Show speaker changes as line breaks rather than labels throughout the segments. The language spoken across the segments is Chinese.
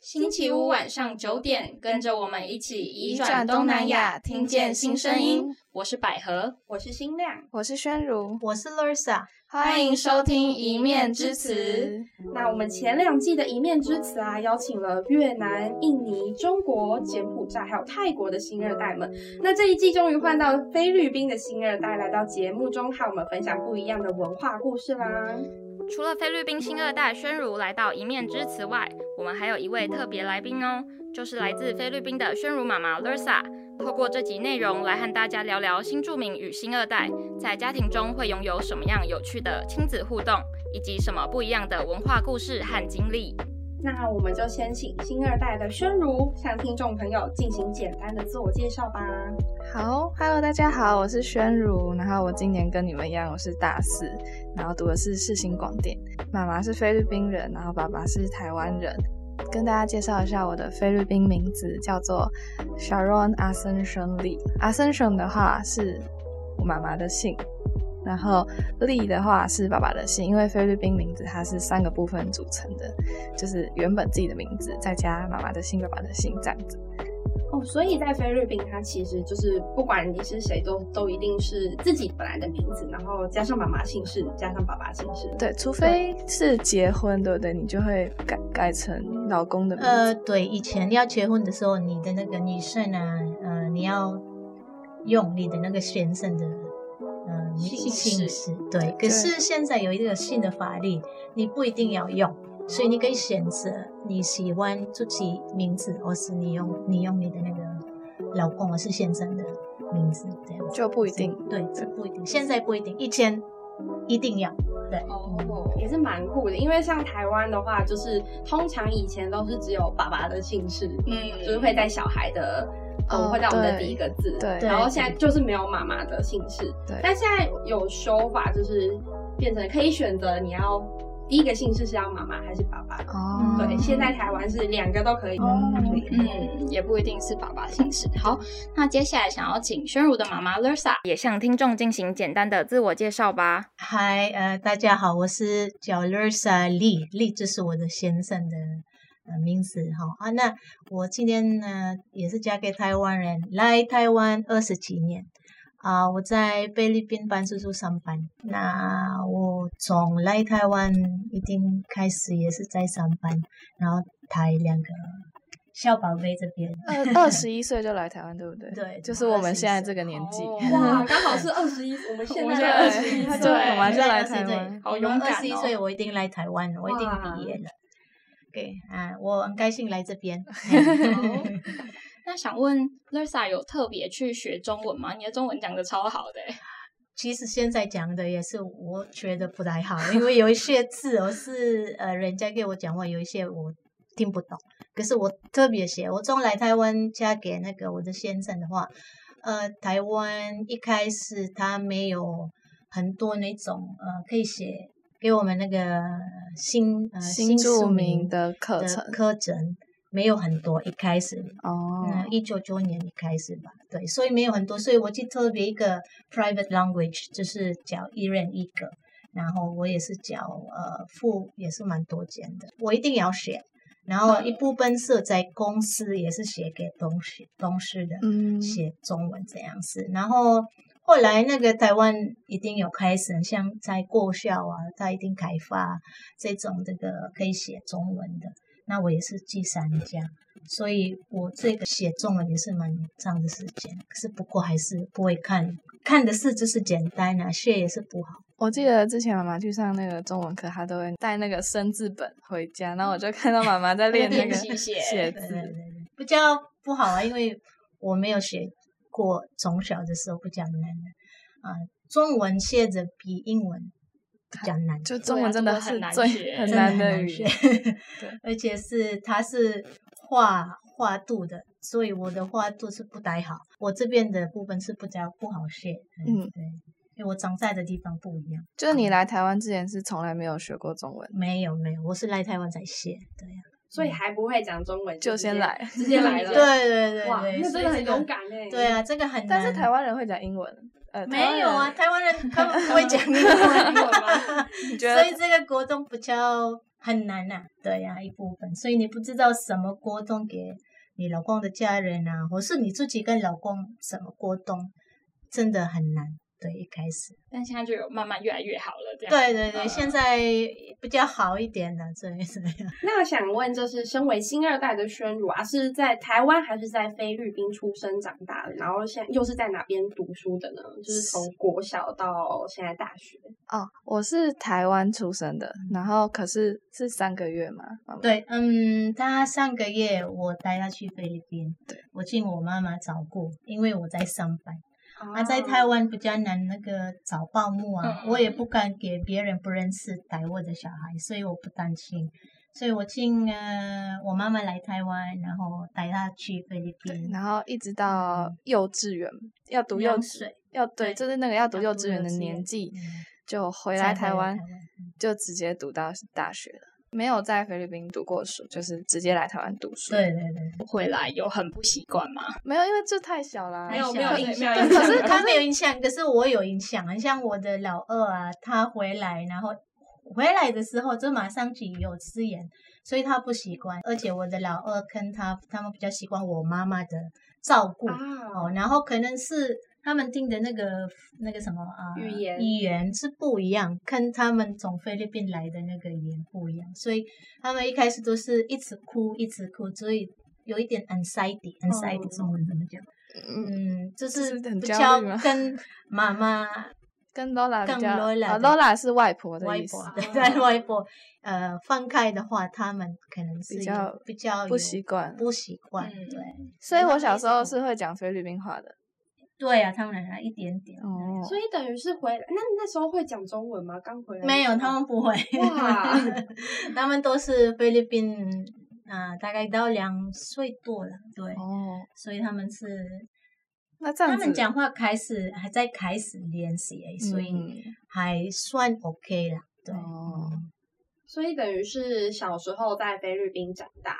星期五晚上九点，跟着我们一起移转东南亚，听见新声音。我是百合，
我是新亮，
我是宣如，
我是 Lursa。
欢迎收听《一面之词》。
那我们前两季的《一面之词》啊，邀请了越南、印尼、中国、柬埔寨还有泰国的新二代们。那这一季终于换到菲律宾的新二代来到节目中，和我们分享不一样的文化故事啦。
除了菲律宾新二代宣如来到《一面之词》外，我们还有一位特别来宾哦，就是来自菲律宾的宣如妈妈 Lursa。透过这集内容来和大家聊聊新住民与新二代在家庭中会拥有什么样有趣的亲子互动，以及什么不一样的文化故事和经历。
那我们就先请新二代的宣如向听众朋友进行简单的自我介绍吧。
好，Hello，大家好，我是宣如，然后我今年跟你们一样，我是大四，然后读的是世新广电，妈妈是菲律宾人，然后爸爸是台湾人。跟大家介绍一下我的菲律宾名字，叫做 Sharon Ascension Lee。Ascension 的话是我妈妈的姓，然后 Lee 的话是爸爸的姓。因为菲律宾名字它是三个部分组成的，就是原本自己的名字，再加妈妈的姓、爸爸的姓这样子。
哦，所以在菲律宾，它其实就是不管你是谁，都都一定是自己本来的名字，然后加上妈妈姓氏，加上爸爸姓氏。
对，除非是结婚，对不对？你就会改改成老公的名字。
呃，对，以前要结婚的时候，你的那个女生啊，呃，你要用你的那个先生的呃
姓氏
姓氏。对，可是现在有一个新的法律，你不一定要用。所以你可以选择你喜欢自己名字，或是你用你用你的那个老公或是先生的名字这样子。
就不一定。
对，这不一定，现在不一定，以前一定要。对，
哦，也是蛮酷的，因为像台湾的话，就是通常以前都是只有爸爸的姓氏，
嗯
就是会在小孩的，呃，
哦
会在我们的
对
第一个字，
对
然后现在就是没有妈妈的姓氏，
对
但现在有修法，就是变成可以选择你要第一个姓氏是要妈妈还是爸爸，
哦，
对，现在台湾是两个都可以，
哦
嗯，也不一定是爸爸姓氏。好，那接下来想要请宣如的妈妈 Lursa 也向听众进行简单的自我介绍吧。
嗨，呃，大家好，我是叫 Lursa Lee，Lee 就是我的先生的呃名字哈、啊。那我今天呢也是嫁给台湾人，来台湾二十几年啊、我在菲律宾办事处上班。那我从来台湾一定开始也是在上班，然后带两个小宝贝这边。
呃二二十一岁就来台湾，对不对？
对
就是我们现在这个年纪。
哦哇，刚好是二十一，我们现
我
在
们现在
二十一，
21
对
对我们就来
20
台湾
岁
好勇敢哦
二十一岁我一定来台湾，我一定毕业了。对啊，我很开心来这 边。哦
哦那想问 Lursa 有特别去学中文吗？你的中文讲的超好的、欸，
其实现在讲的也是我觉得不太好，因为有一些字我是 呃人家给我讲话，有一些我听不懂。可是我特别写，我从来台湾嫁给那个我的先生的话，呃，台湾一开始他没有很多那种呃可以写给我们那个新呃
新
住
著
民
名的课程
课程没有很多，一开始
哦，
嗯，一九九年开始吧，对，所以没有很多，所以我就特别一个 private language，就是教一人一个，然后我也是教呃副也是蛮多间的，我一定要学，然
嗯
后一部分是在公司也是写给东西东西的，
嗯
写中文这样子。然后后来那个台湾一定有开始，像在过校啊，它一定开发这种这个可以写中文的。那我也是第三
嗯
家，所以我这个写中文也是蛮长的时间，可是不过还是不会看，看的是就是简单啊，写也是不好。
我记得之前妈妈去上那个中文课，她都会带那个生字本回家，然后我就看到妈妈在练那
练
个
习写
写
对对对
字。
对，不叫不好啊，因为我没有学过，从小的时候不讲难的啊、中文写着比英文讲难，
就中文真的是
中文很
最
难学
很
真的
难
很
的
难
语
学
言，
而且是它是画画度的，所以我的画度是不太好，我这边的部分是不较不好写，
嗯
对，因为我长在的地方不一样，
就是你来台湾之前是从来没有学过中 文，
没有没有，我是来台湾才写，对啊呀、
所以还不会讲中文，
就
直接
先，来。
直接来了，
对对对
哇，
对，
那
所
真
以
的很
这个
勇。敢哎，
对啊，这个很难。
但是台湾人会讲英文，呃，台湾
没有啊，
人，
台湾人他们不会讲英文，
吗？
你觉
所
得
以这个国中比较很难呐、对呀、一部分，所以你不知道什么沟通给你老公的家人啊，或是你自己跟老公什么沟通，真的很难。对，一开始，
但现在就有慢慢越来越好了，这样。
对对对，
嗯
现在比较好一点了， 这一这样。
那想问，就是身为新二代的宣儒啊，是在台湾还是在菲律宾出生长大的？然后现又是在哪边读书的呢？就是从国小到现在大学。
哦，我是台湾出生的，然后可是是三个月嘛，妈妈，
对，嗯，他上个月我带他去菲律宾，
对
我进我妈妈找过，因为我在上班。啊，在
哦
台湾比较难那个找保姆啊，
嗯
我也不敢给别人不认识带我的小孩，所以我不担心。所以我进呃，我妈妈来台湾，然后带她去菲律
对
宾。
然后一直到幼稚园要读幼
两
稚
岁，
要对，
嗯对
就是那个要读
要
幼
读
稚园
幼
的
稚
年
园
纪
嗯，
就回
才
来
回
台
来
湾
台湾嗯，
就直接读到大学了。没有在菲律宾读过书，就是直接来台湾读书。
对，对对，
回来有很不习惯吗？
没有，因为这太小啦。
没有
太
没有
小
印
了
象
对可 是可
他
是
没有印象，可是我有印象。很像我的老二啊，他回来，然后回来的时候就马上去有吃盐，所以他不习惯。而且我的老二跟他他们比较习惯我妈妈的照顾、哦，
啊，
然后可能是他们听的那个那个什么啊、
语言
语言是不一样，跟他们从菲律宾来的那个语言不一样，所以他们一开始都是一直哭一直哭，所以有一点 anxiety，anxiety、中文怎么讲？
哦嗯，
嗯，就
就是
是
很
比
焦
较
虑吗
跟妈 妈、
跟 Lola 比
跟
较，
Lola
啊
的
，Lola 是外婆的
外
意思
婆，啊
思
对外婆，呃，放开的话，他们可能是
比
有
较
比较
不
有
习惯
不习惯，
嗯
对
所以
妈
我
妈
小
也
时
是
候
我
是会讲菲律宾话的。
对啊，他们来一点点，
哦，
所以等于是回来，那那时候会讲中文吗？刚回来的
没
时
有，
候
他们不会，
哇
他们都是菲律宾啊、大概到两岁多了，对，
哦，
所以他们是
那这样
他
子，
们讲话开始还在开始练习而已，所以
嗯
还算 OK 啦，对。
哦
嗯
所以等于是小时候在菲律宾长大，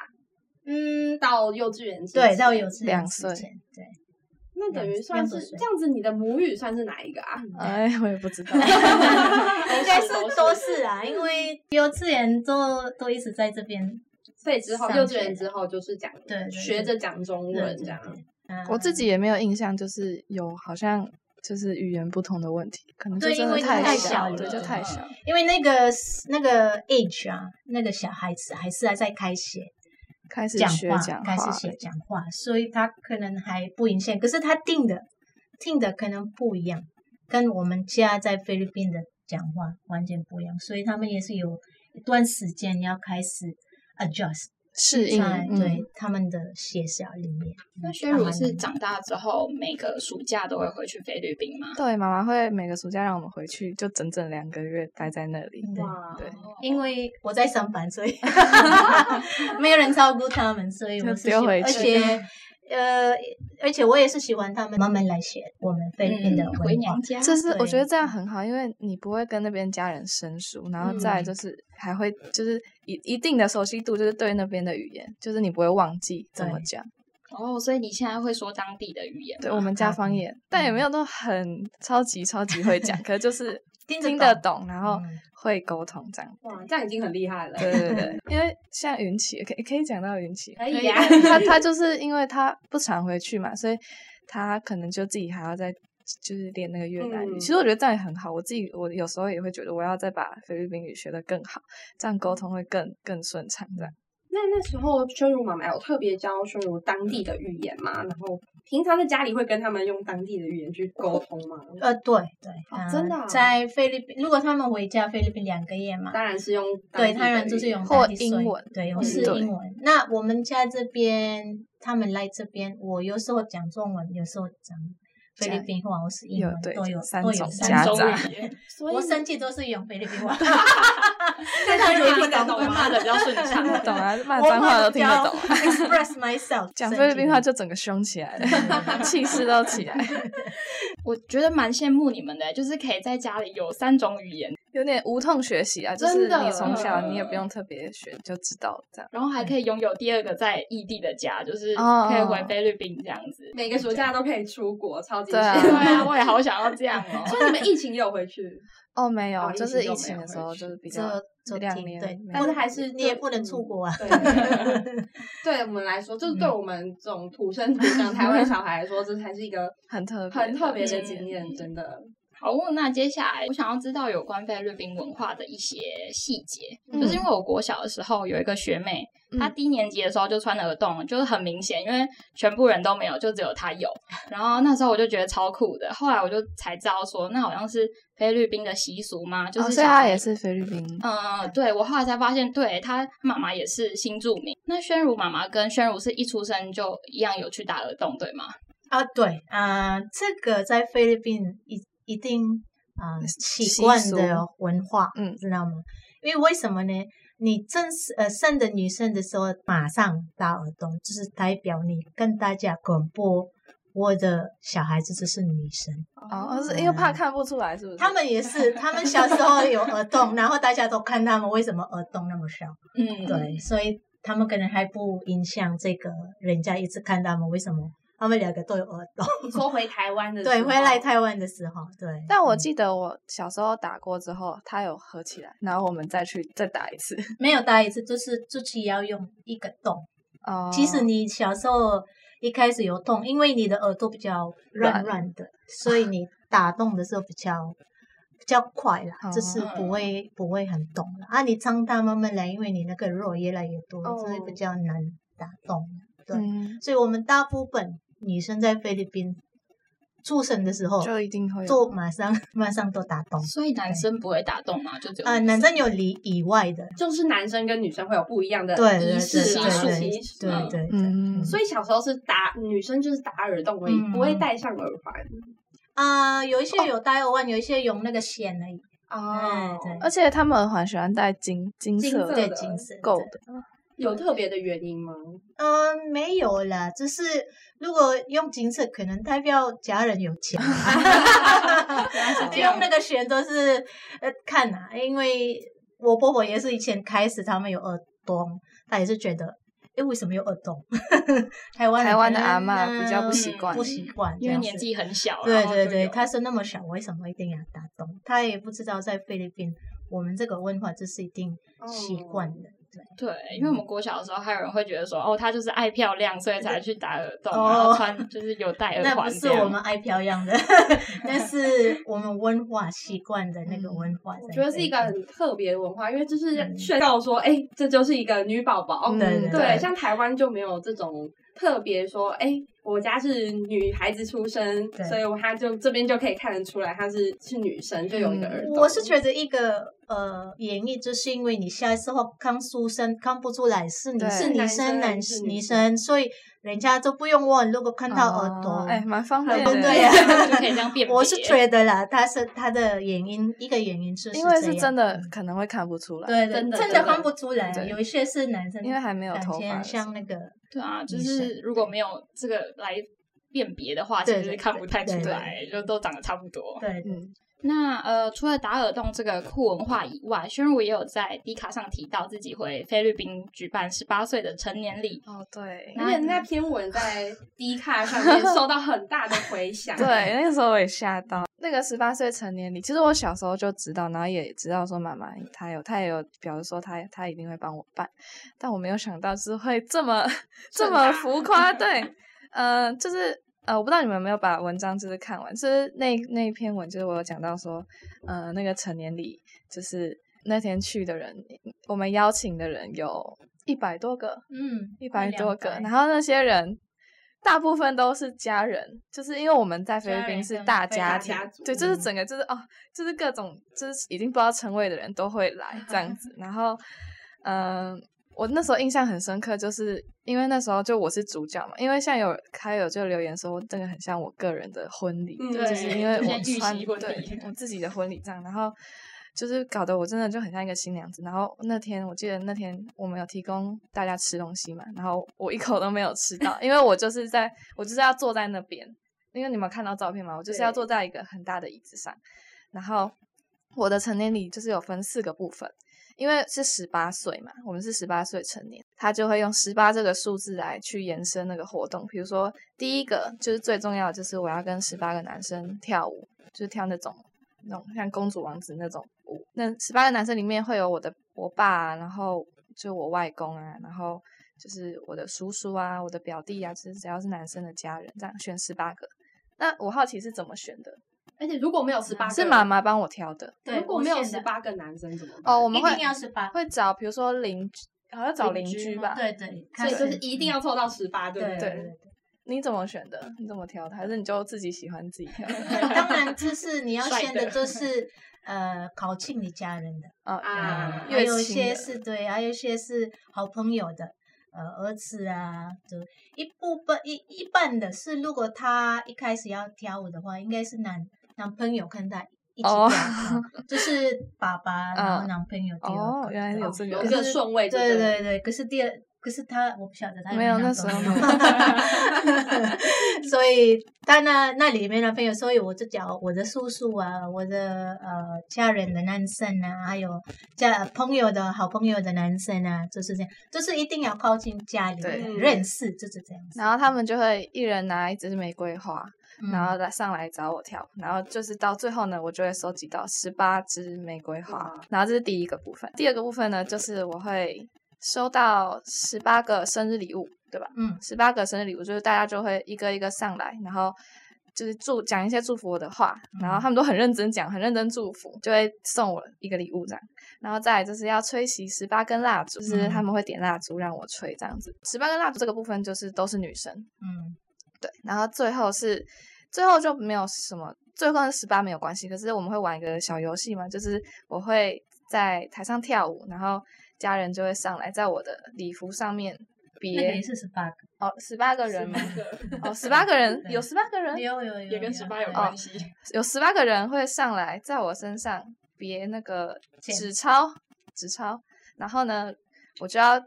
嗯，
到幼稚园之
对，
前
到有稚
两
园之
岁
前，对，
那等于
两
算
两所
是
岁
这样子，你的母语算是哪一个 啊？
嗯
哎，我也不知道。
应该是都是啊，
嗯
因为幼稚园都都一直在这边，
所以之后
上
幼稚园
学
之后就是讲
对对对
学着讲中文这样。
嗯
我自己也没有印象，就是有好像就是语言不同的问题，可能就
对
真的
因为太
小
小
了，对，
了
就太
嗯
小了。
因为那个那个 age 啊，那个小孩子还是还在开始
开始
讲
学
话，
讲
开始
话，
学讲话，所以他可能还不影响，可是他定的听的可能不一样，跟我们家在菲律宾的讲话完全不一样，所以他们也是有一段时间要开始 adjust
适应
在。对
嗯，
他们的学校里面。
那
嗯
轩
他
如
们
是长大之后每个暑假都会回去菲律宾吗？
对，妈妈会每个暑假让我们回去，就整整两个月待在那里。
对
哇，
对
因为我在上班，所以 没有人照顾他们，所以我是喜
就丢回
而
去
且呃，而且我也是喜欢他们慢慢来学我们菲律宾
嗯
的文化。
回娘家，
就是我觉
对嗯
得这样很好，因为你不会跟那边家人生疏，然后再来
嗯
就是还会就是一一定的熟悉度，就是对那边的语言，就是你不会忘记怎么
对
讲。
哦，所以你现在会说当地的语言吗？
对我们家
好
方
嗯
言，但也没有都很超级超级会讲，可是就是
听得
听得
懂
懂，然后
嗯
会沟通这 样。
哇，这样已经很厉害了。
对对对，因为像云奇，可以可以讲到云 奇，
可以啊，
他他就是因为他不常回去嘛，所以他可能就自己还要再就是练那个越南语。
嗯
其实我觉得这样也很好，我自己我有时候也会觉得我要再把菲律宾语学得更好，这样沟通会更更顺畅。这样
那那时候宣如妈妈有特别教宣如当地的语言嘛？然后平常在家里会跟他们用当地的语言去沟通 吗？
呃，对对，
哦
呃
真的啊
在菲律宾，如果他们回家菲律宾两个月嘛，
当然是用当地的
对，当然就是
语
用
言
或
当地
英
水
文
对，
嗯
我是
对
英文。那我们家这边，他们来这边，我有时候讲中文，有时候讲菲律宾话，我是英
有
文，
对
都有
三
都
种
有
夹
三
中
种
杂
语言，
所以
我生气都是用菲律宾 话，
那他就听得
会
懂
骂
吗？
的比较顺畅
听。得懂啊，骂
我
脏话
骂
都
得
听得
比较
懂啊。
Express myself，
讲
生
菲律
气
宾
的
话就整个凶起来 了，气势都起来。
欸
我觉得蛮羡慕你们的，就是可以在家里有三种语言，
有点无痛学习啊，就是
真的
你从小你也不用特别学就知道了这样。
然后还可以拥有第二个在异地的家，就是
哦
可以回菲律宾这样子。
每个暑假都可以出国，超级
对啊
羡
对
慕
啊，我也好想要这样 哦。
所以你们疫情也有回去，
哦，没有，
哦
就
疫
是
情
疫
就
情
没
的
有
时候
回去
就是比较
这这
两
挺
年
对
没，
但
有
是还是嗯
你也不能出国啊。
对，对我们来说，就是对我们这种土生土长台湾小孩来说，这才是一个
很特别
很特别的
嗯
经验，真的。
好，那接下来我想要知道有关菲律宾文化的一些细节，
嗯
就是因为我国小的时候有一个学妹，她低年级的时候就穿耳洞，就是很明显，因为全部人都没有，就只有她 有。然后那时候我就觉得超酷的，后来我就才知道说，那好像是菲律宾的习俗嘛，就是、
哦，所以他也。是菲律宾。
嗯，对我后来才发现，对她妈妈也是新住民。那宣如妈妈跟宣如是一出生就一样有去打耳洞，对吗？
啊，对啊、呃这个在菲律宾一一定啊、呃
习
习惯
俗
的文化，
嗯
知道吗？因为为什么呢？你正式呃生的女生的时候，马上打耳洞，就是代表你跟大家广播，我的小孩子就是女生。
哦，哦是因为怕看不出来，是不是？
他们也是，他们小时候有耳洞，然后大家都看他们为什么耳洞那么小，
嗯，
对，所以他们可能还不影响这个人家一直看他们为什么他们两个都有耳洞。
你说回台湾的时候，
对，回来台湾的时候，对。
但我
嗯
记得我小时候打过之后，它有合起来，然后我们再去再打一次。
没有打一次，就是自己要用一个洞。
哦，
其实你小时候一开始有洞，因为你的耳朵比较
软
软软的，所以你打洞的时候比较比较快啦，
哦
就是不会不会很痛了。啊，你长大慢慢来，因为你那个肉越来越多，
哦
就是比较难打洞了。对，
嗯，
所以我们大部分女生在菲律宾出生的时候，
就一定会有
就马上马上都打洞。
所以男生不会打洞嘛，就只有
啊、
呃
女
男
生
生有里以外的，
就是男生跟女生会有不一样的
对对
仪式
习
啊
俗
对
习
对
俗
对对对。
嗯，
所以小时候是打女生就是打耳洞而已，
嗯
不会戴上耳环。
啊、有一
哦
些有戴耳环，有一些用那个线而已。哎对
而且他们耳环喜欢戴金金
金
色
色
对，
的
金色
够
对
的，
有特别的原因吗？
嗯，没有啦，就是如果用金色，可能代表家人有 钱。啊
啊
用那个钱都是呃看啊，因为我婆婆也是以前开始他们有耳洞，她也是觉得。哎，为什么有耳洞？ 台湾人
台湾
可
的阿
能
嬷比较不习
嗯
惯
不习惯，
因
这
为
样
年
子
纪很小，
对
然后
对
就
对，
有
他生那么小，为什么一定要打洞？他也不知道在菲律宾，我们这个文化就是一定习惯的。对，
对，因为我们国小的时候还有人会觉得说，哦，她就是爱漂亮，所以才去打耳洞，
哦
然后穿就是有戴耳
那不
环
是
这
我
样。
们爱漂亮的， 但是我们文化习惯的那个文化在这里，
我觉得是一个很特别的文化，因为就是宣告说，哎、这就是一个女宝宝。
嗯
对对
对，像台湾就没有这种特别说，哎、我家是女孩子出生，
对
所以我她就这边就可以看得出来她是是女生，就有一个
嗯
耳洞。
我是觉得一个呃演绎，就是因为你下时候刚出生看不出来是你
对
是女
男
生
生
男
是
女
女
生，所以人家都不用问，如果看到耳
哦
朵，
哎，蛮方便
很
的，
对
然
呀
后就可以这样辨别。
我是觉得啦，他是他的原因，一个原因就是
因为
这
是
样嗯
真的可能会看不出来，
对对，
真的
真
真
的
的
看不出来啊，
对
有一些是男生，
因为还没有
感
头
觉
发
很
的时候
像那个
对啊，就
女
是
生
如果没有这个来辨别的话，其
对
实
对
看不太出
对对
来，就都长得差不多。
对对
嗯，
那呃，除了打耳洞这个酷文化以外，宣如也有在 D 卡上提到自己回菲律宾举办十八岁的成年礼。
哦对。
而且那篇文在 D 卡上面受到很大的回响。
对，那个时候我也吓到。那个十八岁成年礼，其实我小时候就知道，然后也知道说妈妈她有，她也有表示说她她一定会帮我办，但我没有想到是会这么 这
盛
么
大
浮夸。 对，呃，就是呃，我不知道你们有没有把文章就是看完，就是那那一篇文，就是我有讲到说，呃，那个成年礼就是那天去的人，我们邀请的人有一百多个，
嗯，
一百多个，
200
然后那些人大部分都是家人，就是因为我们在菲律
家
宾
人
是
跟
大
非
家
大
庭
家，族
对，就是整个就是哦，就是各种就是已经不知道称谓的人都会来这样子，然后嗯。我那时候印象很深刻，就是因为那时候就我是主角嘛，因为像有还有就留言说这个很像我个人的婚礼，
嗯
就是因为
就
我
像预
穿
习婚
对
礼
我自己的婚礼这样，然后就是搞得我真的就很像一个新娘子。然后那天我记得那天我们有提供大家吃东西嘛，然后我一口都没有吃到，因为我就是在我就是要坐在那边，因为你们有看到照片嘛，我就是要
对
坐在一个很大的椅子上，然后我的成年礼就是有分四个部分，因为是十八岁嘛，我们是十八岁成年，他就会用十八这个数字来去延伸那个活动。比如说，第一个就是最重要的，就是我要跟十八个男生跳舞，就是跳那种那种像公主王子那种舞。那十八个男生里面会有我的我爸、啊，然后就我外公啊，然后就是我的叔叔啊，我的表弟啊，就是只要是男生的家人，这样选十八个。那我好奇是怎么选的？
而且如果没有十八个，
是妈妈帮我挑的。
对如果
无
没有
限
十
的
八个男生怎么办？
哦，我们
一
会
定要十八，
会找，比如说邻居，好像找邻居吧。
对对，
所以就是一定要凑到十八，对
对
不对？
对。
你怎么选的？你怎么挑的？还是你就自己喜欢自己挑？
当然，就是你要
帅
先
的
的就是呃，考庆你家人的，
哦
啊
还
越
有一
亲
些
的
是对，还有一些是好朋友的，呃，儿子啊，就一部分一一半的是，如果他一开始要跳舞的话，应该是男男朋友跟他一起跳，
哦
嗯就是爸爸然后
嗯
男朋友第二
哦，
个
原来
这
有
样
这
有
个
一个顺位就对
对
了，
对对，可是第二，可是他我不晓得他
没有那时候没有
所以他那那里面的朋友，所以我就讲我的叔叔啊，我的呃家人的男生啊，还有家朋友的好朋友的男生啊，就是这样，就是一定要靠近家里的
对
认识，就是这样子。
然后他们就会一人拿一支玫瑰花，
嗯
然后来上来找我跳，然后就是到最后呢，我就会收集到十八支玫瑰花，然后这是第一个部分。第二个部分呢，就是我会收到十八个生日礼物，对吧？
嗯
十八个生日礼物，就是大家就会一个一个上来，然后就是祝讲一些祝福我的话，然
嗯
后他们都很认真讲，很认真祝福，就会送我一个礼物这样。然后再来就是要吹熄十八根蜡烛，
嗯
就是他们会点蜡烛让我吹这样子。十八根蜡烛这个部分就是都是女生，
嗯，
对，然后最后是最后就没有什么，最后跟十八没有关系。可是我们会玩一个小游戏嘛，就是我会在台上跳舞，然后家人就会上来在我的礼服上面
那个也
别
是十八个，
哦十八个人吗？哦 十八个人有十八个人
有有有，
也跟
有
十八有
对
关系。
有十八个人会上来在我身上别那个
剪
纸钞纸钞，然后呢我就要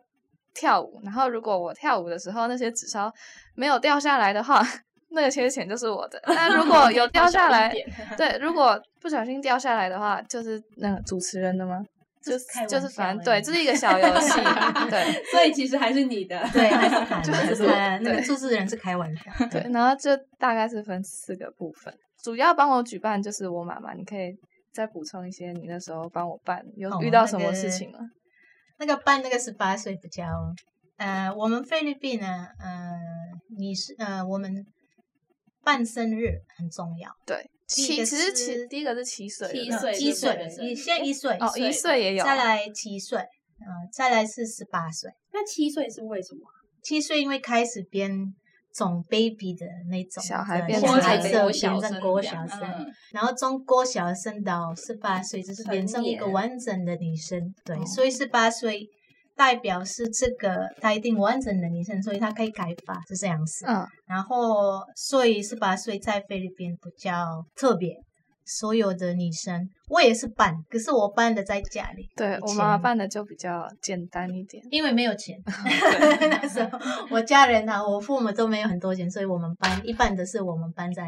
跳舞，然后如果我跳舞的时候那些纸钞没有掉下来的话， 那些钱就是我的。那如果哦有掉下 来，对，如果不小心掉下来的话，就是那个主持人的吗？就
这
是
是开
就是
玩
反
笑
正
而
对，
已
这是一个小游 戏，对
所以其实还是你的。
对，还是谈
就
的，
是
是谈那个
对
出资人是开玩笑。
对，然后这大概是分四个部分，主要帮我举办就是我妈妈，你可以再补充一些你那时候帮我办有
哦
遇到
那
什么事
个
情吗？
那个办那个十八岁比较，呃，我们菲律宾呢，呃，你是呃，我们办生日很重要，
对，
第一
七
个
其实七
是
第一个是七岁的
七
那
岁
个
一
对
岁
对对，
你现在一岁，
哦，一岁也有
再来七岁，嗯、再来是十八岁，
那七岁是为什么？
七岁因为开始变种 baby 的那种
小孩
的
变
小
成
孩
国
色
小
变成
生
国
这
小
样
生，
嗯
然后从国小生到十八岁，就是变成一个
成年
完整的女生。对，所以十八岁代表是这个她一定完整的女生，所以她可以改发，是这样子。
嗯，
然后，所以十八岁在菲律宾比较特别。所有的女生，我也是办，可是我办的在家里。
对
以
我妈妈
前
办的就比较简单一点，
因为没有
啊
钱，那时候我家人啊，我父母都没有很多钱，所以我们搬一般的是我们搬在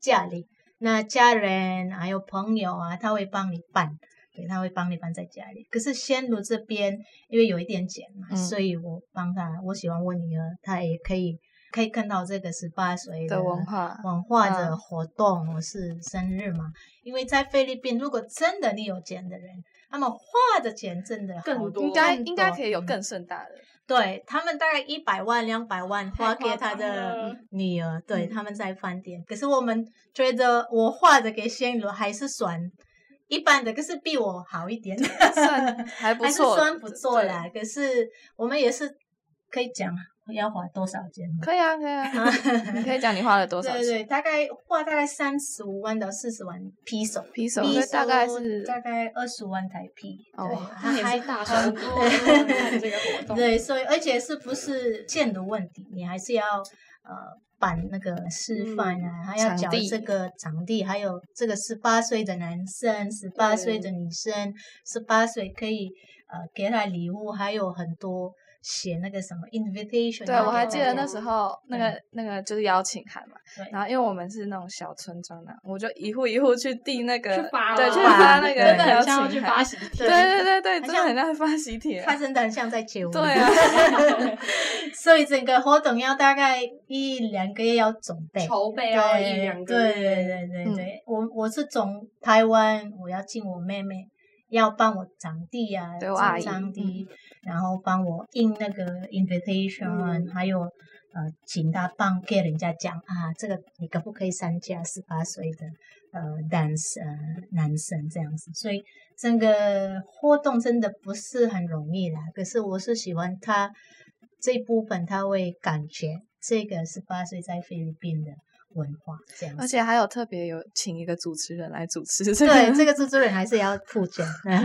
家里。那家人还有朋友啊，他会帮你办，对，他会帮你办在家里。可是仙奴这边因为有一点钱嘛，
嗯
所以我帮他，我喜欢我女儿，她也可以可以看到这个十八岁
的文化
文化的
嗯
活动，我是生日嘛。因为在菲律宾，如果真的你有钱的人，他们花的钱真的好
更多
应该
更
应该
多
可以有
嗯
更盛大的，
对他们大概一百万、两百万花给
太
他
夸张
的
了
女儿，
嗯
对，他们在饭店。可是我们觉得我画的给仙罗还是算一般的，可是比我好一点，
算还不
还是
错，
算不错
对
啦。可是我们也是可以讲要花多少钱嘛。
可以啊，可以啊，你可以讲你花了 多少
对
钱？
对，大概花大概三十五万到四十万 p 手，
皮手
Piso
所以大概是
大概二十万台币，
哦
对，
他也
还
是大手笔
对
这个活动，
对，所以而且是不是建的问题，你还是要呃办那个示范啊，还要
嗯场
找
地
这个场地，还有这个十八岁的男生、十八岁的女生，十八岁可以呃给他礼物，还有很多写那个什么 invitation，
对，
然后
我还记得那
给
时候那个那个就是邀请函嘛
对，
然后因为我们是那种小村庄的，我就一户一户去递那个，啊
去发
对，
了
去
发
发那个
真的
邀
很
请
像要去发
函，
喜
对
帖。
对对对，真
很
的
像
很像发喜帖啊，
他真的很像在结婚。
对啊，
所以整个活动要大概一两个月要准备。
筹备
对
啊，
一两个
对
月
对对
嗯
对对，我我是从台湾，我要进我妹妹，要帮我长弟啊，
对
找
我阿姨嗯
长弟，然后帮我印那个 invitation，、
嗯
还有呃，请他帮给人家讲啊，这个你可不可以参加十八岁的呃 dance 呃男生这样子，所以整个活动真的不是很容易啦。可是我是喜欢他这一部分，他会感觉这个十八岁在菲律宾的文化这样
而
子。
且还有特别有请一个主持人来主持这个，
对，这个制作人还是要付钱，然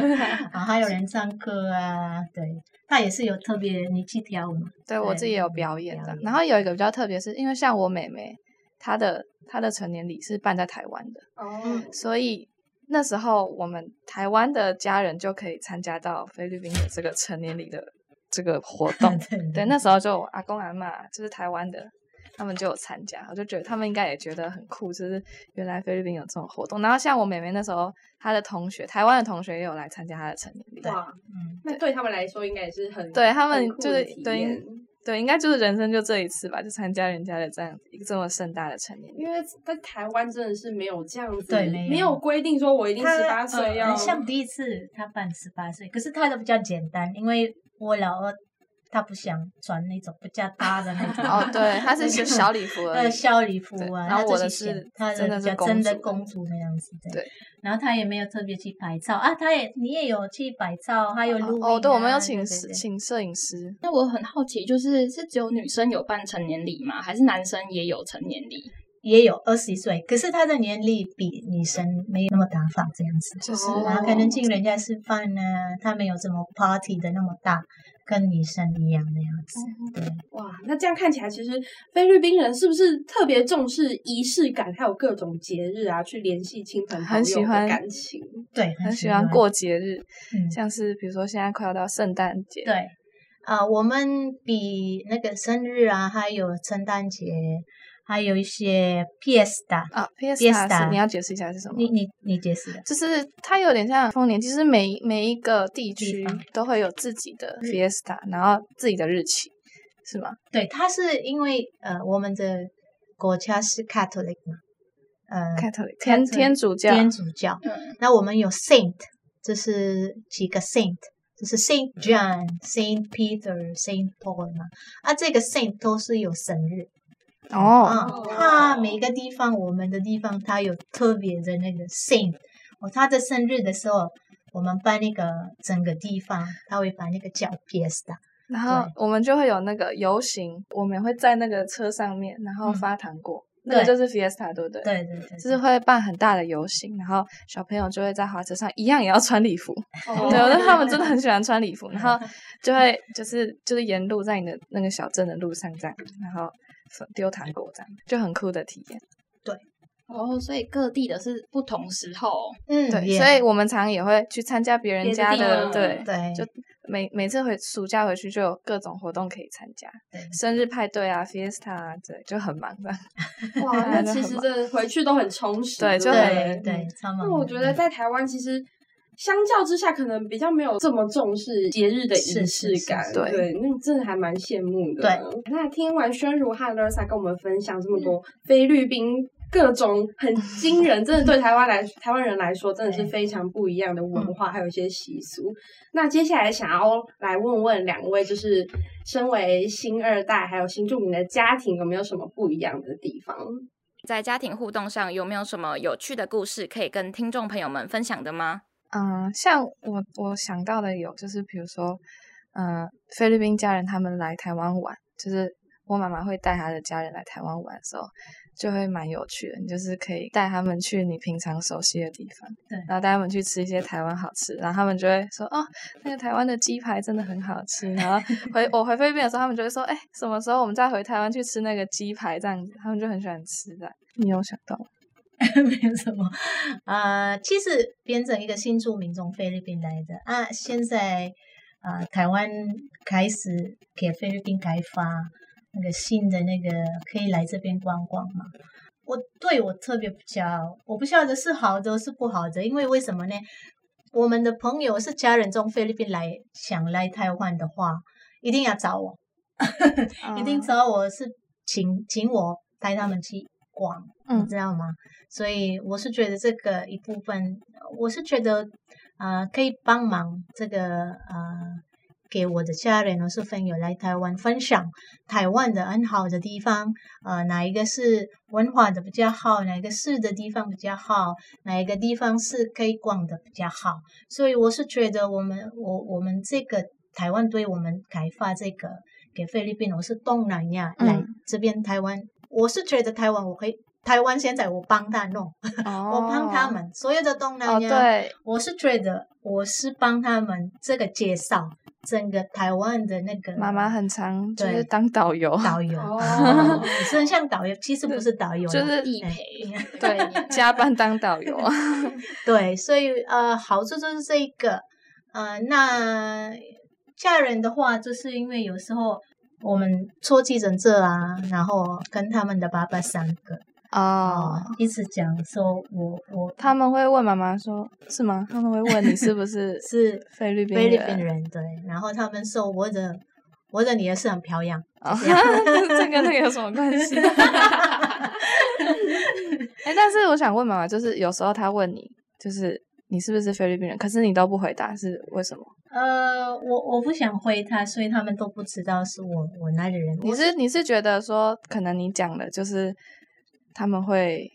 后还有人唱歌啊，对，他也是有特别，你去跳舞嘛？
对我自己也有表
对
演
表
的。
演
然后有一个比较特别是，因为像我妹妹，她的她的成年礼是办在台湾的，
哦
嗯，
所以那时候我们台湾的家人就可以参加到菲律宾的这个成年礼的这个活动。 对，那时候就我阿公阿妈就是台湾的，他们就有参加，我就觉得他们应该也觉得很酷，就是原来菲律宾有这种活动。然后像我妹妹那时候，她的同学，台湾的同学也有来参加她的成年礼。
哇，
嗯，
那对他们来说应该也是很
对他
很
们
酷
就
的
是
体
对
验
对，应该就是人生就这一次吧，就参加人家的这样一个这么盛大的成年礼。
因为在台湾真的是没有这样子，
对没
没
有
有规定说我一定
他
十八岁要、
呃像第一次他办十八岁，可是他的比较简单，因为我老二他不想穿那种比较搭的那种。
哦，对，她是是小礼服而
呃，
已。
小礼服
对
啊，
然后
他
我
自
的
己选
是
他
真的
比
是
较
公
真的
主
公主那样子，
对。
然后他也没有特别去拍照啊，他也你也有去摆照，还有录影啊、
哦，对，我们有请
对
摄
对
请摄影师，
那我很好奇，就是是只有女生有办成年礼吗？还是男生也有成年礼？
也有二十岁，可是他的年龄比女生没有那么打法这样子，
就是
哦
然后可能请人家吃饭呢，他没有这么 party 的那么大，跟女生一样那样子，
哦
对。
哇，那这样看起来，其实菲律宾人是不是特别重视仪式感，还有各种节日啊，去联系亲朋好
很喜
友的
欢
感情？
对，
很喜
喜
欢
欢
过节日，
嗯
像是比如说现在快要到圣诞节，
对，啊、我们比那个生日啊，还有圣诞节，还有一些 fiesta，、
啊，Fiesta
Fiesta
是你要解释一下是什么？
你你你解释的，
就是它有点像丰年祭，就是每每一个地区
地方嗯
都会有自己的 Fiesta，然后自己的日期，是吗？
对，它是因为呃，我们的国家是 Catholic 嘛，呃，
Catholic 天
Catholic，
天主教，
天主教，
嗯，
那我们有 Saint，就是几个 Saint，就是 Saint
嗯
John、Saint Peter、Saint Paul 嘛，啊，这个 Saint 都是有生日，
哦，
啊，他每一个地方，我们的地方，他有特别的那个 saint。哦，他的生日的时候，我们办那个整个地方，他会把那个叫 fiesta。
然后我们就会有那个游行，我们会在那个车上面，然后
嗯
发糖果，那个
对
就是 Fiesta，对不对？。
对对对，
就是会办很大的游行，然后小朋友就会在滑车上一样也要穿礼服，
哦
对，我觉得他们真的很喜欢穿礼服，然 后就会就是就是沿路在你的那个小镇的路上这样，然后丢糖果这样，就很酷的体验。
哦，所以各地的是不同时候，
嗯，
对，
也
所以我们常也会去参加别人
别的
家
地
的，
方
对，
对
就每每次回暑假回去就有各种活动可以参加，
对
生日派对啊、fiesta 啊，对，就很忙的。
哇，那其实真的回去都很充实，
对
不
就
对
很
对，超
那
忙的。
我觉得在台湾其实。相较之下，可能比较没有这么重视节日的仪
是
式
是
感，
是
是是
对，那真的还蛮羡慕的。对，那听完宣如和 l u r s a 跟我们分享这么
嗯
多菲律宾各种很惊人，真的对台湾来 台湾人来说真的是
对嗯
非常不一样的文化，还有一些习俗。那接下来想要来问问两位，就是身为新二代还有新住民的家庭，有没有什么不一样的地方？
在家庭互动上有没有什么有趣的故事可以跟听众朋友们分享的吗？
嗯，像我我想到的有，就是比如说，嗯、菲律宾家人他们来台湾玩，就是我妈妈会带她的家人来台湾玩的时候，就会蛮有趣的。你就是可以带他们去你平常熟悉的地方，
对
然后带他们去吃一些台湾好吃，然后他们就会说，哦，那个台湾的鸡排真的很好吃。然后回我回菲律宾的时候，他们就会说，哎，什么时候我们再回台湾去吃那个鸡排这样子，他们就很喜欢吃的。你有想到吗？
没有什么。呃，其实变成一个新住民从菲律宾来的啊，现在呃台湾开始给菲律宾开发那个新的那个可以来这边观光嘛。我对我特别比较，我不晓得是好的是不好的，因为为什么呢？我们的朋友是家人从菲律宾来，想来台湾的话，一定要找我，
嗯
一定找我是请请我带他们去逛，
嗯
你知道吗？所以我是觉得这个一部分，我是觉得呃可以帮忙这个呃给我的家人或是朋友来台湾分享台湾的很好的地方，呃哪一个是文化的比较好，哪一个是的地方比较好，哪一个地方是可以逛的比较好。所以我是觉得我们我我们这个台湾对我们开发这个给菲律宾，我是东南亚
嗯
来这边台湾，我是觉得台湾我可以。台湾现在我帮他弄，我帮他们所有的东
哦，
南亚，
对，
我是觉得我是帮他们这个介绍整个台湾的那个
妈妈很常就是
嗯对
当导游，
导游，
哦
也是很像导游，其实不是导游啦，
就是
地
哎
陪，
对 加班当导游啊，
对，所以呃，好处就是这一个，呃，那嫁人的话，就是因为有时候我们坐计程车啊，然后跟他们的爸爸三个
哦，
一直讲说我我
他们会问妈妈说，是吗？他们会问你是不是
是
菲律宾
菲律
人
宾人，对，然后他们说我的我的女儿是很漂亮，
哦，
这样
这跟那个有什么关系？ 哎、但是我想问妈妈，就是有时候她问你，就是你是不是菲律宾人，可是你都不回答，是为什么？
呃，我我不想回他，所以他们都不知道是我我那里人，
你
我
是你是觉得说，可能你讲的就是他们会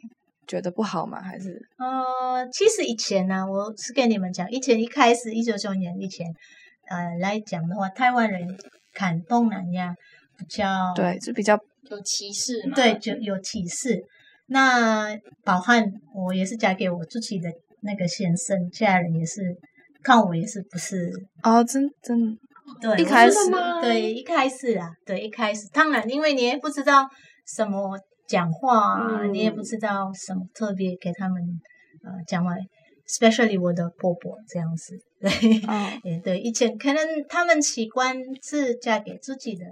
觉得不好吗？还是
呃，其实以前呢、我是跟你们讲，以前一开始一九九年以前，呃，来讲的话，台湾人看东南亚比较
对，就比较
有歧视嘛？
对就有歧视。那宝汉，我也是嫁给我自己的那个先生，家人也是看我也是不是
哦，真真
对
一
我
开
是
始
对一开始啊，对一开始，当然因为你也不知道什么讲话、啊，你也不
嗯
知道什么特别给他们呃讲话，especially 我的婆婆这样子， 对，
哦，
也对，以前可能他们习惯是嫁给自己的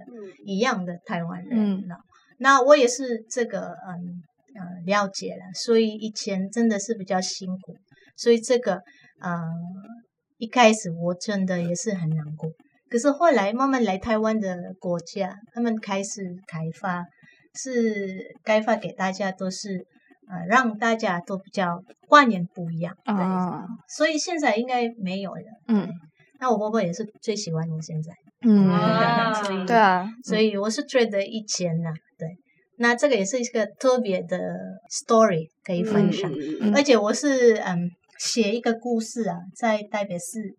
一样的台湾人
嗯
了。那我也是这个嗯呃了解了，所以以前真的是比较辛苦，所以这个呃一开始我真的也是很难过。可是后来慢慢来台湾的国家，他们开始开发，是开发给大家都是呃让大家都比较观念不一样，对，
啊，
所以现在应该没有了。
嗯
那我婆婆也是最喜欢我现在，
嗯，
啊
所以
对啊，
所以我是觉得以前呐、对，那这个也是一个特别的 story 可以分享，
嗯
而且我是嗯写一个故事啊，在台北市，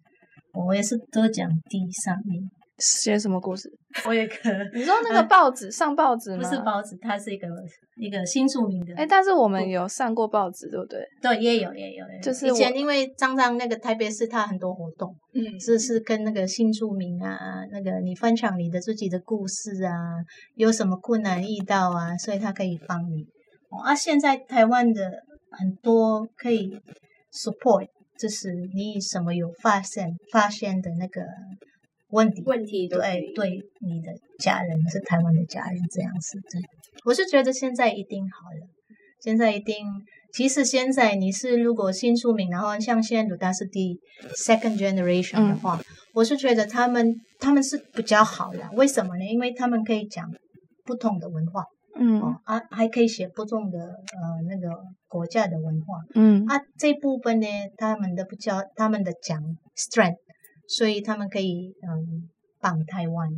我也是得奖第三名，
写什么故事？
我有一个
你说那个报纸上报纸吗？
嗯不是包子，它是一个一个新著名的，
哎、但是我们有上过报纸，对不对？
对，也有也有，也有
就是
以
我
前因为张张那个台北市，它很多活动。
嗯，
是是跟那个新住民啊，那个你分享你的自己的故事啊，有什么困难遇到啊，所以他可以帮你。哦、啊，现在台湾的很多可以 support，就是你什么有发现发现的那个问题，
问题都
哎对对，你的家人是台湾的家人这样子，对，我是觉得现在一定好了，现在一定，其实现在你是如果新住民，然后像现在鲁达是第 second generation 的
嗯
话，我是觉得他们他们是比较好了，为什么呢？因为他们可以讲不同的文化，
嗯
哦，啊，还可以写不同的呃那个国家的文化，
嗯
啊，这部分呢，他们的不教，他们的讲 strength，所以他们可以嗯帮台湾，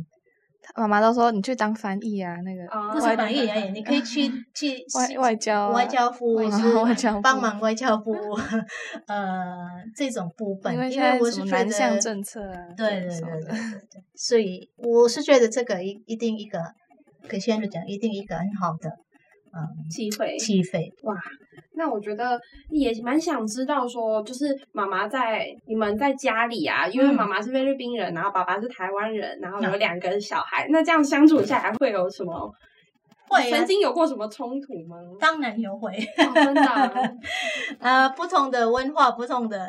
妈妈都说你去当翻译啊，那个
啊
不是翻译而已，你可以 去去
外外交啊
哦外交服务
外
是
外交部
帮忙外交部 呃这种部分，
因为
因
现在
为我
什
是
么
觉
南
得
向政策啊
对对
什么
对对
的
对对，所以我是觉得这个一一定一个，可以现在就讲一定一个很好的嗯
机会。
机会，
那我觉得也蛮想知道说，就是妈妈在你们在家里啊，因为
嗯
妈妈是菲律宾人，然后爸爸是台湾人，然后有
嗯
两个小孩，那这样相处下来会有什么？
会啊
曾经有过什么冲突吗？
当然有会。
哦真的啊
呃，不同的文化，不同的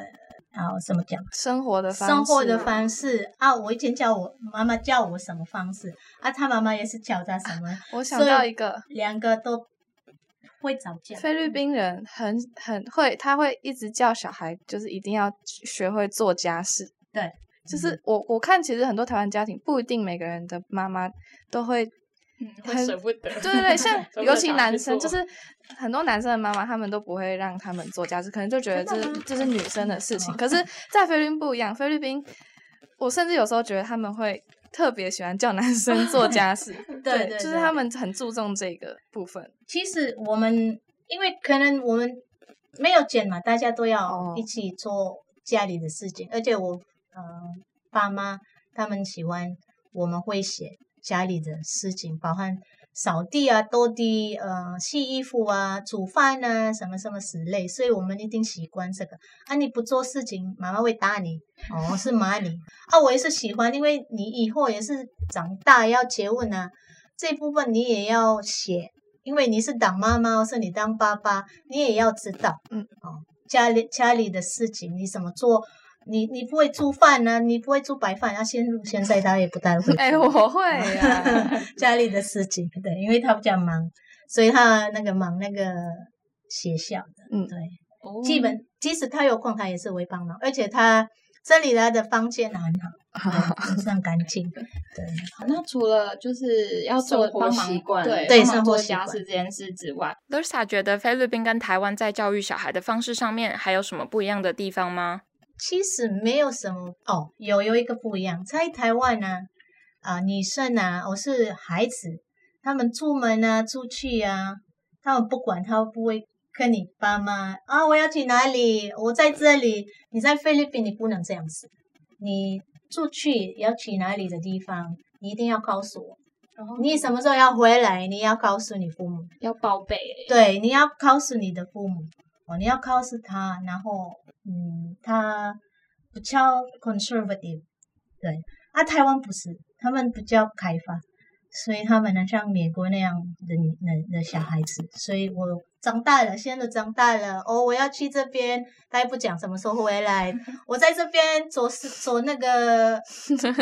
啊怎么讲？
生活的方式，
生活的方式啊，我以前叫我妈妈叫我什么方式啊，她妈妈也是教她什么，
我想
所以
到一个
两个都会吵架。
菲律宾人很很会，他会一直叫小孩，就是一定要学会做家事。
对，嗯
就是我我看，其实很多台湾家庭不一定每个人的妈妈都 会，
嗯，
很
会舍不得。
对对对， 像
舍不得
尤其
小孩
男
去
生，就
做
是很多男生的妈妈，他们都不会让他们做家事，可能就觉得这是这是女生的事
哦
情。可是，在菲律宾不一样，菲律宾，我甚至有时候觉得他们会特别喜欢叫男生做家事，
对对
就是
对
他们很注重这个部 分。
其实我们因为可能我们没有钱嘛，大家都
哦
要一起做家里的事情，而且我呃爸妈他们喜欢我们会写家里的事情，包含扫地啊、拖地、呃洗衣服啊、煮饭啊什么什么之类，所以我们一定习惯这个。啊，你不做事情，妈妈会打你，哦，是骂你。啊，我也是喜欢，因为你以后也是长大要结婚啊，这部分你也要写。因为你是当妈妈哦或是你当爸爸，你也要知道，
嗯，，
哦，家里家里的事情你怎么做，你你不会煮饭呢、你不会煮白饭，啊，现现在他也不太会
哎、我会呀、
家里的事情，对，因为他比较忙，所以他那个忙那个学校的，
嗯
对，
哦
基本即使他有空，他也是会帮忙，而且他这里他的房间很好，嗯对非常干净，对。
那除了就是要做
生活
帮忙
习惯
对
对
帮忙
生活
做
习
家
惯
事这件事之外，
Lursa 觉得菲律宾跟台湾在教育小孩的方式上面还有什么不一样的地方吗？
其实没有什么哦，有有一个不一样，在台湾呢、啊，女生啊，我是孩子，他们出门啊，出去啊，他们不管，他不会跟你爸妈啊，我要去哪里，我在这里，你在菲律宾你不能这样子，你出去要去哪里的地方，你一定要告诉我，你什么时候要回来，你要告诉你父母，
要报备欸，
对，你要告诉你的父母，哦，你要告诉他，然后，嗯，他比较 conservative，对，啊，台湾不是，他们比较开放，所以他们能像美国那样的女的的小孩子，所以我长大了，现在都长大了，哦，我要去这边，他也不讲什么时候回来，我在这边做事做那个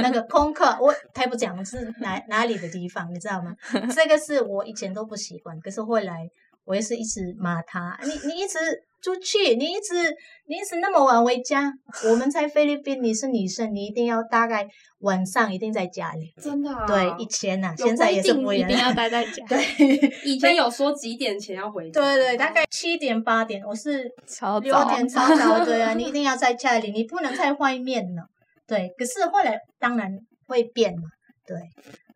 那个功课，我他也不讲是哪哪里的地方，你知道吗？这个是我以前都不习惯，可是后来我也是一直骂他，你你一直出去，你一直你一直那么晚回家，我们在菲律宾，你是女生，你一定要大概晚上一定在家里。
真的、啊、
对，以前呐、
有
现在
规
也是
定
不
一
一样。
一定要待在家。
对
以前有说几点前要回家，
对对，大概七点八点，我是
超
六
哦早
点超早，对啊，你一定要在家里，你不能在外面呢。对，可是后来当然会变嘛，对。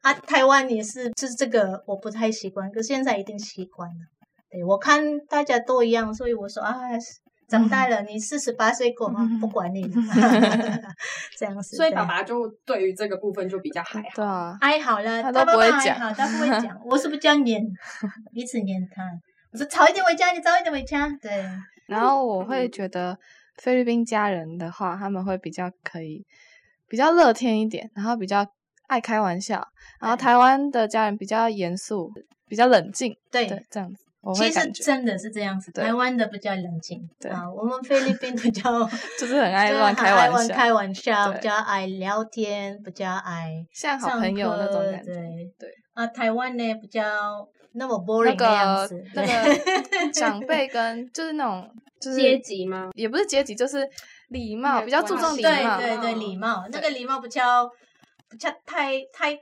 啊，台湾也是，就是这个我不太习惯，可是现在一定习惯了。对，我看大家都一样，所以我说啊，长大
嗯
了，你四十八岁过嘛，不管你了， 这样子。
所以
对
爸爸就对于这个部分就比较还好。
对啊，
哀好了，
他都
他爸
不
爸
会
哀
讲
好，他不会讲，我是不是这样念，一直念他。我说早一点回家，你早一点回家。对，
然后我会
嗯
觉得菲律宾家人的话，他们会比较可以比较乐天一点，然后比较爱开玩笑，然后
对
台湾的家人比较严肃，比较冷静，
对，
对，这样子我会
其实
感觉
真的是这样子，
对
台湾的比较冷静，
对
啊，我们菲律宾比较
就是很爱
就是
乱
很
开
爱
玩
乱
笑，
开玩笑，
对
比较爱聊天，比较爱
像好
上
朋友那种
课
感觉。
对
对
啊，台湾呢比较那么
那
boring 样
个
子，
那 个长辈跟就是那种就是
阶级吗？
也不是阶级，就是礼貌，
对
比较注
关
重哦
系
礼
啊对
貌。
对对礼貌，那个礼貌比较比较太太，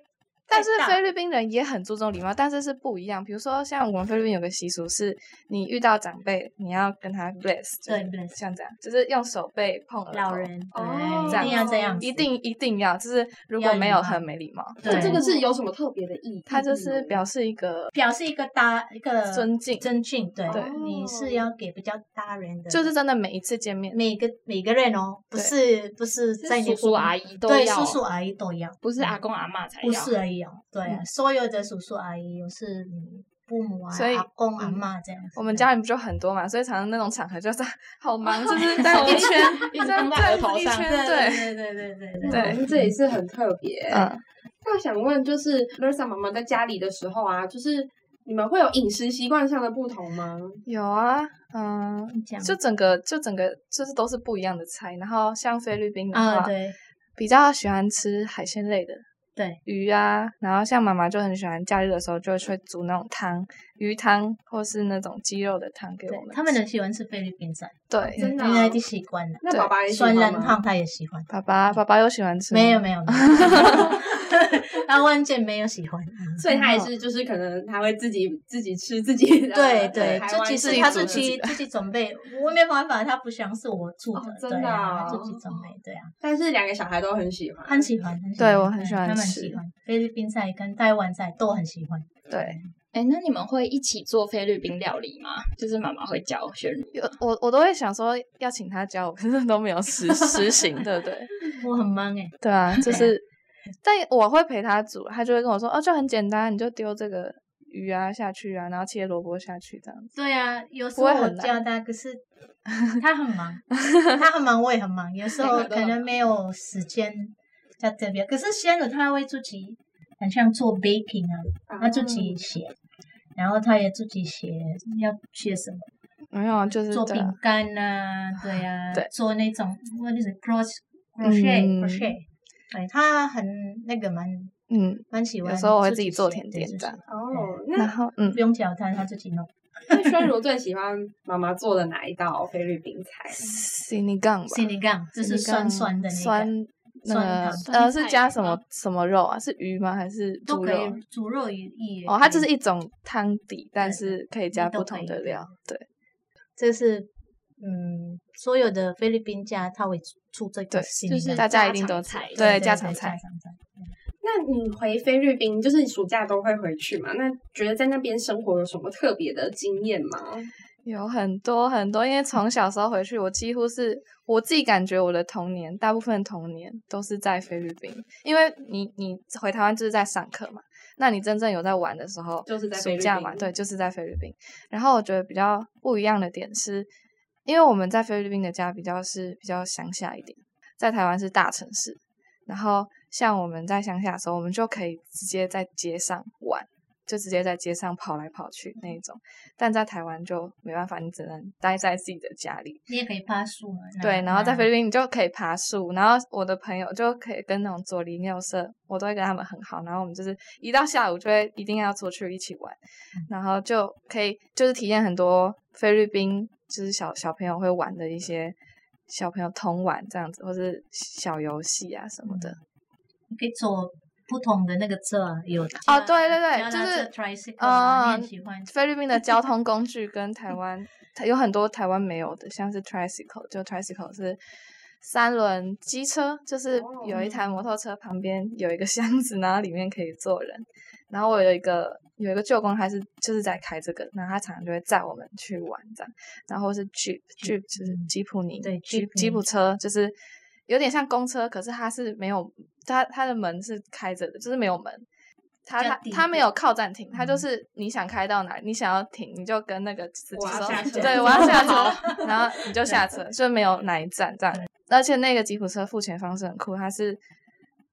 但是
太大
菲律宾人也很注重礼貌，但是是不一样。比如说，像我们菲律宾有个习俗是，你遇到长辈，你要跟他 bless，就是
对 bless
像这样，就是用手背碰额头
老，人
哦
对，一定要这样子，
一定一定要，就是如果
要礼
没有
貌
很没礼貌，
对
这个是有什么特别的意义？
他就是表示一个
表示一个大一个
尊敬
尊敬，对
对，哦
你是要给比较大人的，
就是真的每一次见面，
每个每个人哦，不是不是
是
在你
叔叔阿姨都
对
要
叔叔阿姨都要，
不是阿公阿嬷才要，
不是而已哦，对啊，所有的叔叔阿姨都是你父母啊
所以、
阿公阿
嗯
妈这样子。
我们家人不就很多嘛，所以常常那种场合就是 好 忙，就是在一圈
一
这
直
样
放
转
在额头
一
上
圈，
对
对，
对对对对对
对
对，嗯这也是很特别。
嗯，
那想问，就是 Lisa 妈妈在家里的时候啊，就是你们会有饮食习惯上的不同吗？
有啊，嗯，
这样
就整个就整个就是都是不一样的菜。然后像菲律宾的话，
啊，对
比较喜欢吃海鲜类的
对，
鱼啊，然后像妈妈就很喜欢假日的时候就会煮那种汤，鱼汤或是那种鸡肉的汤给
对
我们吃。
他们很喜欢吃菲律宾菜，
对
真的
嗯因为
啊
他的习惯了，
那
对
爸爸也喜
酸
欢
烂
吗
烫他也喜欢，
爸爸爸爸又喜欢吃吗，
没有没有，没有他完全没有喜欢，嗯
所以他也是就是可能他会自己自己吃自己 的
对
对
对，
台
这
湾
其
自
实
己
他
煮
自
的
己自己准备，我没办法，他不想是我做
哦
的，
真
对
的
啊，
哦
自己准备，对啊，
但是两个小孩都很喜欢，
很喜欢，很喜
对
欢
我很喜欢
他们
吃
喜欢菲律宾菜跟台湾菜都很喜欢，
对。
哎，那你们会一起做菲律宾料理吗？就是妈妈会教宣如，
有呃我我都会想说要请他教我，可是都没有实实行，对不对？
我很忙哎，
对啊，就是，但我会陪他煮，他就会跟我说，哦，就很简单，你就丢这个鱼啊下去啊，然后切萝卜下去这样子。
对啊，有时
不
候
会
我
很难
叫他，可是 他很忙，他很忙，我也很忙，有时候
两个都
可
很
能没有时间在这边。可是仙女她会自己，很像做 baking 啊，
啊
她自己写，然后她也自己写要写什么，
没有啊，就是
做
对
饼
啊
干呐、啊，对啊，
对
做那种我就是 cross
嗯
crochet crochet，、对，她很那个蛮
嗯，
蛮喜欢，
有时候我会自己做甜点这样。。
哦。
然
那
后嗯
不，用教她，她自己弄。
那轩如最喜欢妈妈做的哪一道菲律宾菜？啊
西尼杠吧，
心里杠就是酸酸的那个，
嗯酸那
酸
个
糖
呃
酸
是
菜
加
吗
什么什么肉啊？是鱼吗？还是
都
猪
可
肉
以
啊？，
猪肉也也
哦，它
可
就是
以
一种汤底，但
对
是可以加
都
不
可
同
以
的
对
料，对。
这是嗯，所有的菲律宾家他会出这
对
个新
就是
大家
家
一定
常
都知
菜
对
对
家
对
常
对
菜
家。常菜。
那你回菲律宾，就是你暑假都会回去嘛？那觉得在那边生活有什么特别的经验吗？
有很多很多，因为从小时候回去，我几乎是我自己感觉我的童年，大部分童年都是在菲律宾，因为你你回台湾就是在上课嘛，那你真正有在玩的时候，
就是在菲
暑
律
假
宾
嘛，对，就是在菲律宾。然后我觉得比较不一样的点是，因为我们在菲律宾的家比较是比较乡下一点，在台湾是大城市，然后像我们在乡下的时候，我们就可以直接在街上玩，就直接在街上跑来跑去那一种。但在台湾就没办法，你只能待在自己的家里。
你也可以爬树嘛。那
对，然后在
那
菲律宾你就可以爬树，然后我的朋友就可以跟那种左邻右舍，我都会跟他们很好，然后我们就是一到下午就会一定要出去一起玩，然后就可以就是体验很多菲律宾就是小小朋友会玩的一些小朋友童玩这样子，或是小游戏啊什么的。
你可以坐不同的那个车啊，有
哦
脚
对对对
脚踏
就
车
是
tricycle，啊
嗯
你很喜欢。
菲律宾的交通工具跟台湾它有很多台湾没有的，像是 tricycle，就 tricycle 是三轮机车，就是
哦
有一台摩托车旁边有一个箱子，然后里面可以坐人。然后我有一个有一个舅公，他是就是在开这个，然后他常常就会载我们去玩这样。然后是 jeep jeep 就是
嗯
吉普尼，
对
吉
，jeepney
吉普车就是有点像公车，可是它是没有它它的门是开着的，就是没有门。它
比较
它
低
它没有哦靠站停，它就
嗯
是你想开到哪里，你想要停，你就跟那个司机
我要
说
下，车
对，我要 下车，然后你就下车，就没有哪一站这样。而且那个吉普车付钱方式很酷，它是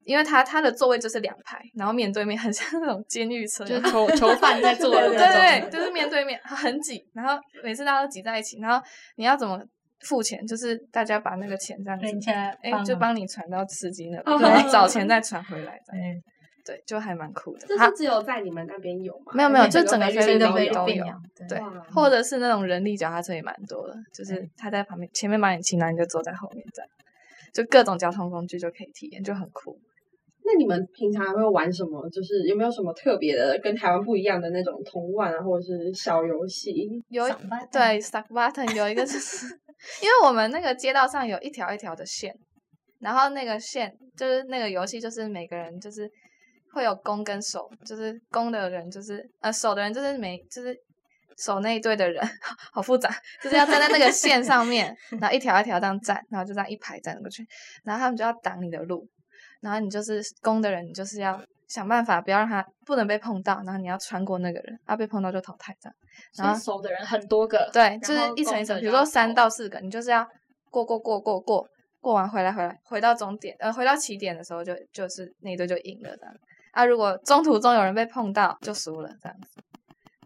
因为它它的座位就是两排，然后面对面，很 像那种监狱车，
就是囚囚犯在做的
对
那
对
种
对，。就是面对面，很挤，然后每次大家都挤在一起，然后你要怎么付钱？就是大家把那个钱这样
人
子，
家
哎、
帮
就
忙
帮你传到司机那边，
哦
然后找钱再传回来，这样
对
对，就还蛮酷的。
这
啊
是只有在你们那边有吗？
没有没有，
还是
就整个
菲
菲律
律
的
宾
宾
律
都
宾
有
啊，
对
哇，
或者是那种人力脚踏车也蛮多的，就是他在旁边前面把你骑，然后你就坐在后面这样，就各种交通工具就可以体验，就很酷。
那你们平常会玩什么？就是有没有什么特别的，跟台湾不一样的那种童玩啊，或者是小游戏？
有一
赏巴掌
对 s t a c k button 有一个就是，因为我们那个街道上有一条一条的线，然后那个线就是那个游戏，就是每个人就是会有攻跟守，就是攻的人就是呃守的人就是每就是守那一队的人， 好复杂，就是要站在那个线上面，然后一条一条这样站，然后就这样一排站过去，然后他们就要挡你的路，然后你就是攻的人，你就是要。想办法不要让他不能被碰到，然后你要穿过那个人，啊被碰到就淘汰这样。然
然
后
后手的人很多个，
对，就
然
是
后
一层
公
一层，
车
比如
就
说
要
三
走
到四个，你就是要过过过过过过完回来回来回到终点，呃，回到起点的时候就就是那一队就赢了这样。啊，如果中途中有人被碰到就输了这样子。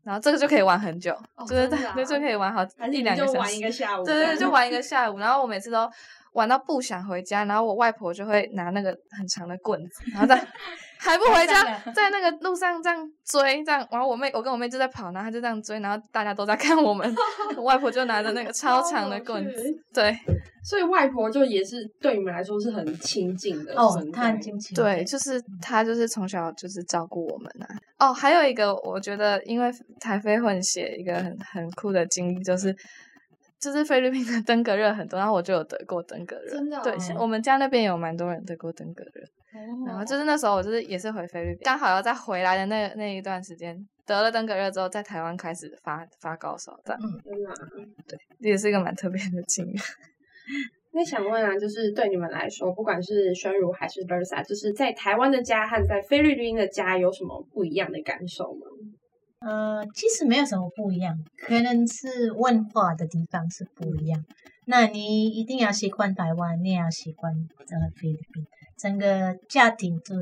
然后这个就可以玩很久，
哦
就是
真的啊
对，就可以玩好
还是
一
你
两个
就
小
玩
时
一。个下午这
对
样，
对，就玩一个下午，然后我每次都玩到不想回家，然后我外婆就会拿那个很长的棍子，然后在 还不回家，在那个路上这样追，这样，然后我妹我跟我妹就在跑，然后她就这样追，然后大家都在看我 们，我外婆就拿着那个超长的棍子，
子。
对
所以外婆就也是对你们来说是很亲近的
哦
存，在
他很亲情。
对，就是她就是从小就是照顾我们啊。哦，还有一个我觉得因为台非混血一个很很酷的经历就是。就是菲律宾的登革热很多，然后我就有得过登革热，
真的
对，
哦
像我们家那边有蛮多人得过登革热，然后就是那时候我就是也是回菲律宾，刚好要再回来的那那一段时间，得了登革热之后，在台湾开始发发高烧，这样
天哪
也是一个蛮特别的经历。
那想问啊，就是对你们来说，不管是宣如还是 Versa，就是在台湾的家和在菲律宾的家有什么不一样的感受吗？，
呃，其实没有什么不一样，可能是文化的地方是不一样。那你一定要习惯台湾，你也要习惯呃菲律宾，整个家庭的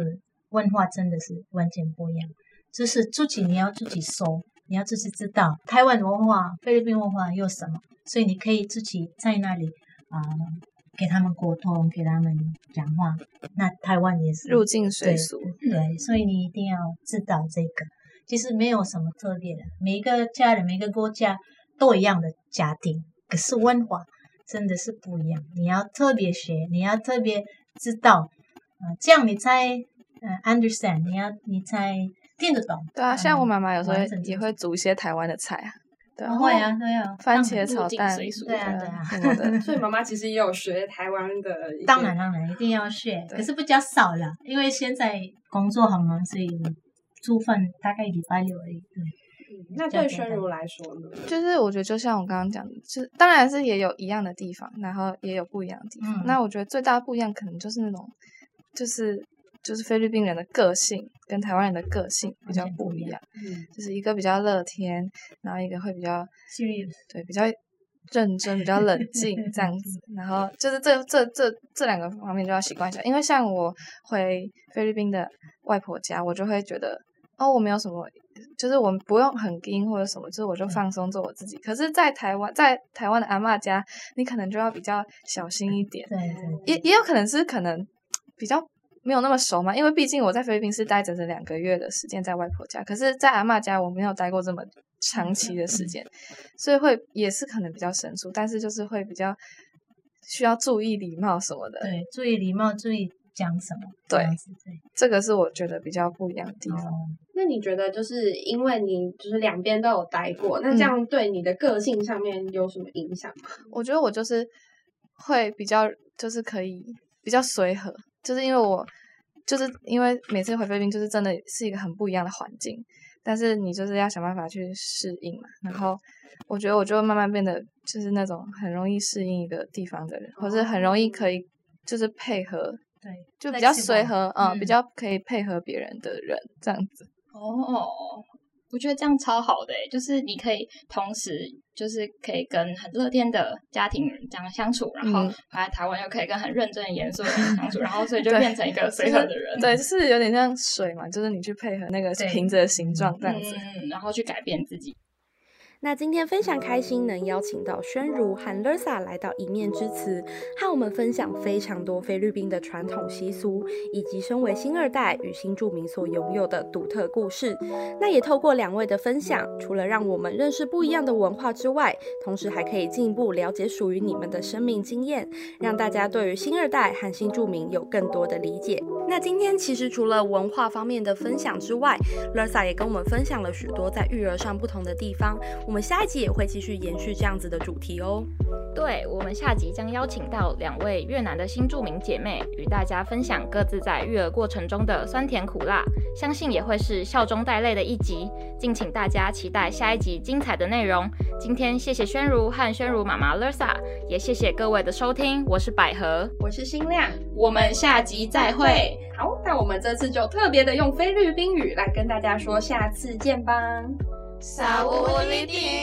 文化真的是完全不一样。就是自己你要自己搜，你要自己知道台湾文化、菲律宾文化有什么，所以你可以自己在那里啊、呃给他们沟通，给他们讲话。那台湾也是
入境
对
随俗，
对，所以你一定要知道这个。其实没有什么特别的，每一个家人、每一个国家都一样的家庭，可是文化真的是不一样。你要特别学，你要特别知道，呃，这样你才呃 understand，你要你才听得懂。
对啊，像我
嗯
妈妈有时候
完整
也
的
会煮一些台湾的菜啊，对啊，
会啊，对啊，
番
当
茄
然
炒
入境
蛋，
随俗
对啊
什
对
么的
所以妈妈其实也有学台湾的一些，
当然当然一定要学，
对
可是比较少了，因为现在工作很忙，所以煮饭大概礼拜六而已。对。
嗯。那对宣如来说呢？
就是我觉得就像我刚刚讲的，就是当然是也有一样的地方，然后也有不一样的地方。
嗯
那我觉得最大不一样可能就是那种，就是就是菲律宾人的个性跟台湾人的个性比较
完全
不
不一
一
样
样，
嗯，
就是一个比较乐天，然后一个会比较
serious
对比较认真、比较冷静这样子。然后就是这这这这两个方面就要习惯一下，因为像我回菲律宾的外婆家，我就会觉得哦，我没有什么，就是我们不用很硬或者什么，就是我就放松做我自己。可是，在台湾，在台湾的阿嬷家，你可能就要比较小心一点，
对对
也也有可能是可能比较没有那么熟嘛，因为毕竟我在菲律宾是待整整两个月的时间在外婆家，可是，在阿嬷家我没有待过这么长期的时间，所以会也是可能比较生疏，但是就是会比较需要注意礼貌什么的。
对，注意礼貌，注意讲什么，
对
这样子对，
这个是我觉得比较不一样的地方。
哦，
那你觉得就是因为你就是两边都有待过，那这样对你的个性上面有什么影响吗？
我觉得我就是会比较，就是可以比较随和，就是因为我就是因为每次回菲律宾，就是真的是一个很不一样的环境，但是你就是要想办法去适应嘛。然后我觉得我就慢慢变得就是那种很容易适应一个地方的人，或是很容易可以就是配合，
对，
就比较
flexible
随和，嗯，
嗯
比较可以配合别人的人这样子。
哦，我觉得这样超好的欸、就是你可以同时就是可以跟很乐天的家庭人这样相处，然后
嗯
回来台湾又可以跟很认真的严肃的人 相处，然后所以就
对
变成一个嗯随和的人，
对，就是有点像水嘛，就是你去配合那个
对
瓶子的形状这样子。
嗯，然后去改变自己。
那今天非常开心能邀请到宣如和 Lersa 来到一面之词，和我们分享非常多菲律宾的传统习俗，以及身为新二代与新住民所拥有的独特故事。那也透过两位的分享，除了让我们认识不一样的文化之外，同时还可以进一步了解属于你们的生命经验，让大家对于新二代和新住民有更多的理解。那今天其实除了文化方面的分享之外，Lersa 也跟我们分享了许多在育儿上不同的地方。我们下一集也会继续延续这样子的主题哦。
对，我们下集将邀请到两位越南的新著名姐妹，与大家分享各自在育儿过程中的酸甜苦辣，相信也会是笑中带泪的一集。敬请大家期待下一集精彩的内容。今天谢谢宣如和宣如妈妈 Lersa，也谢谢各位的收听，我是百合。
我是新亮，
我们下集再会。
好，那我们这次就特别的用菲律宾语来跟大家说，下次见吧。
Sa u ulitin.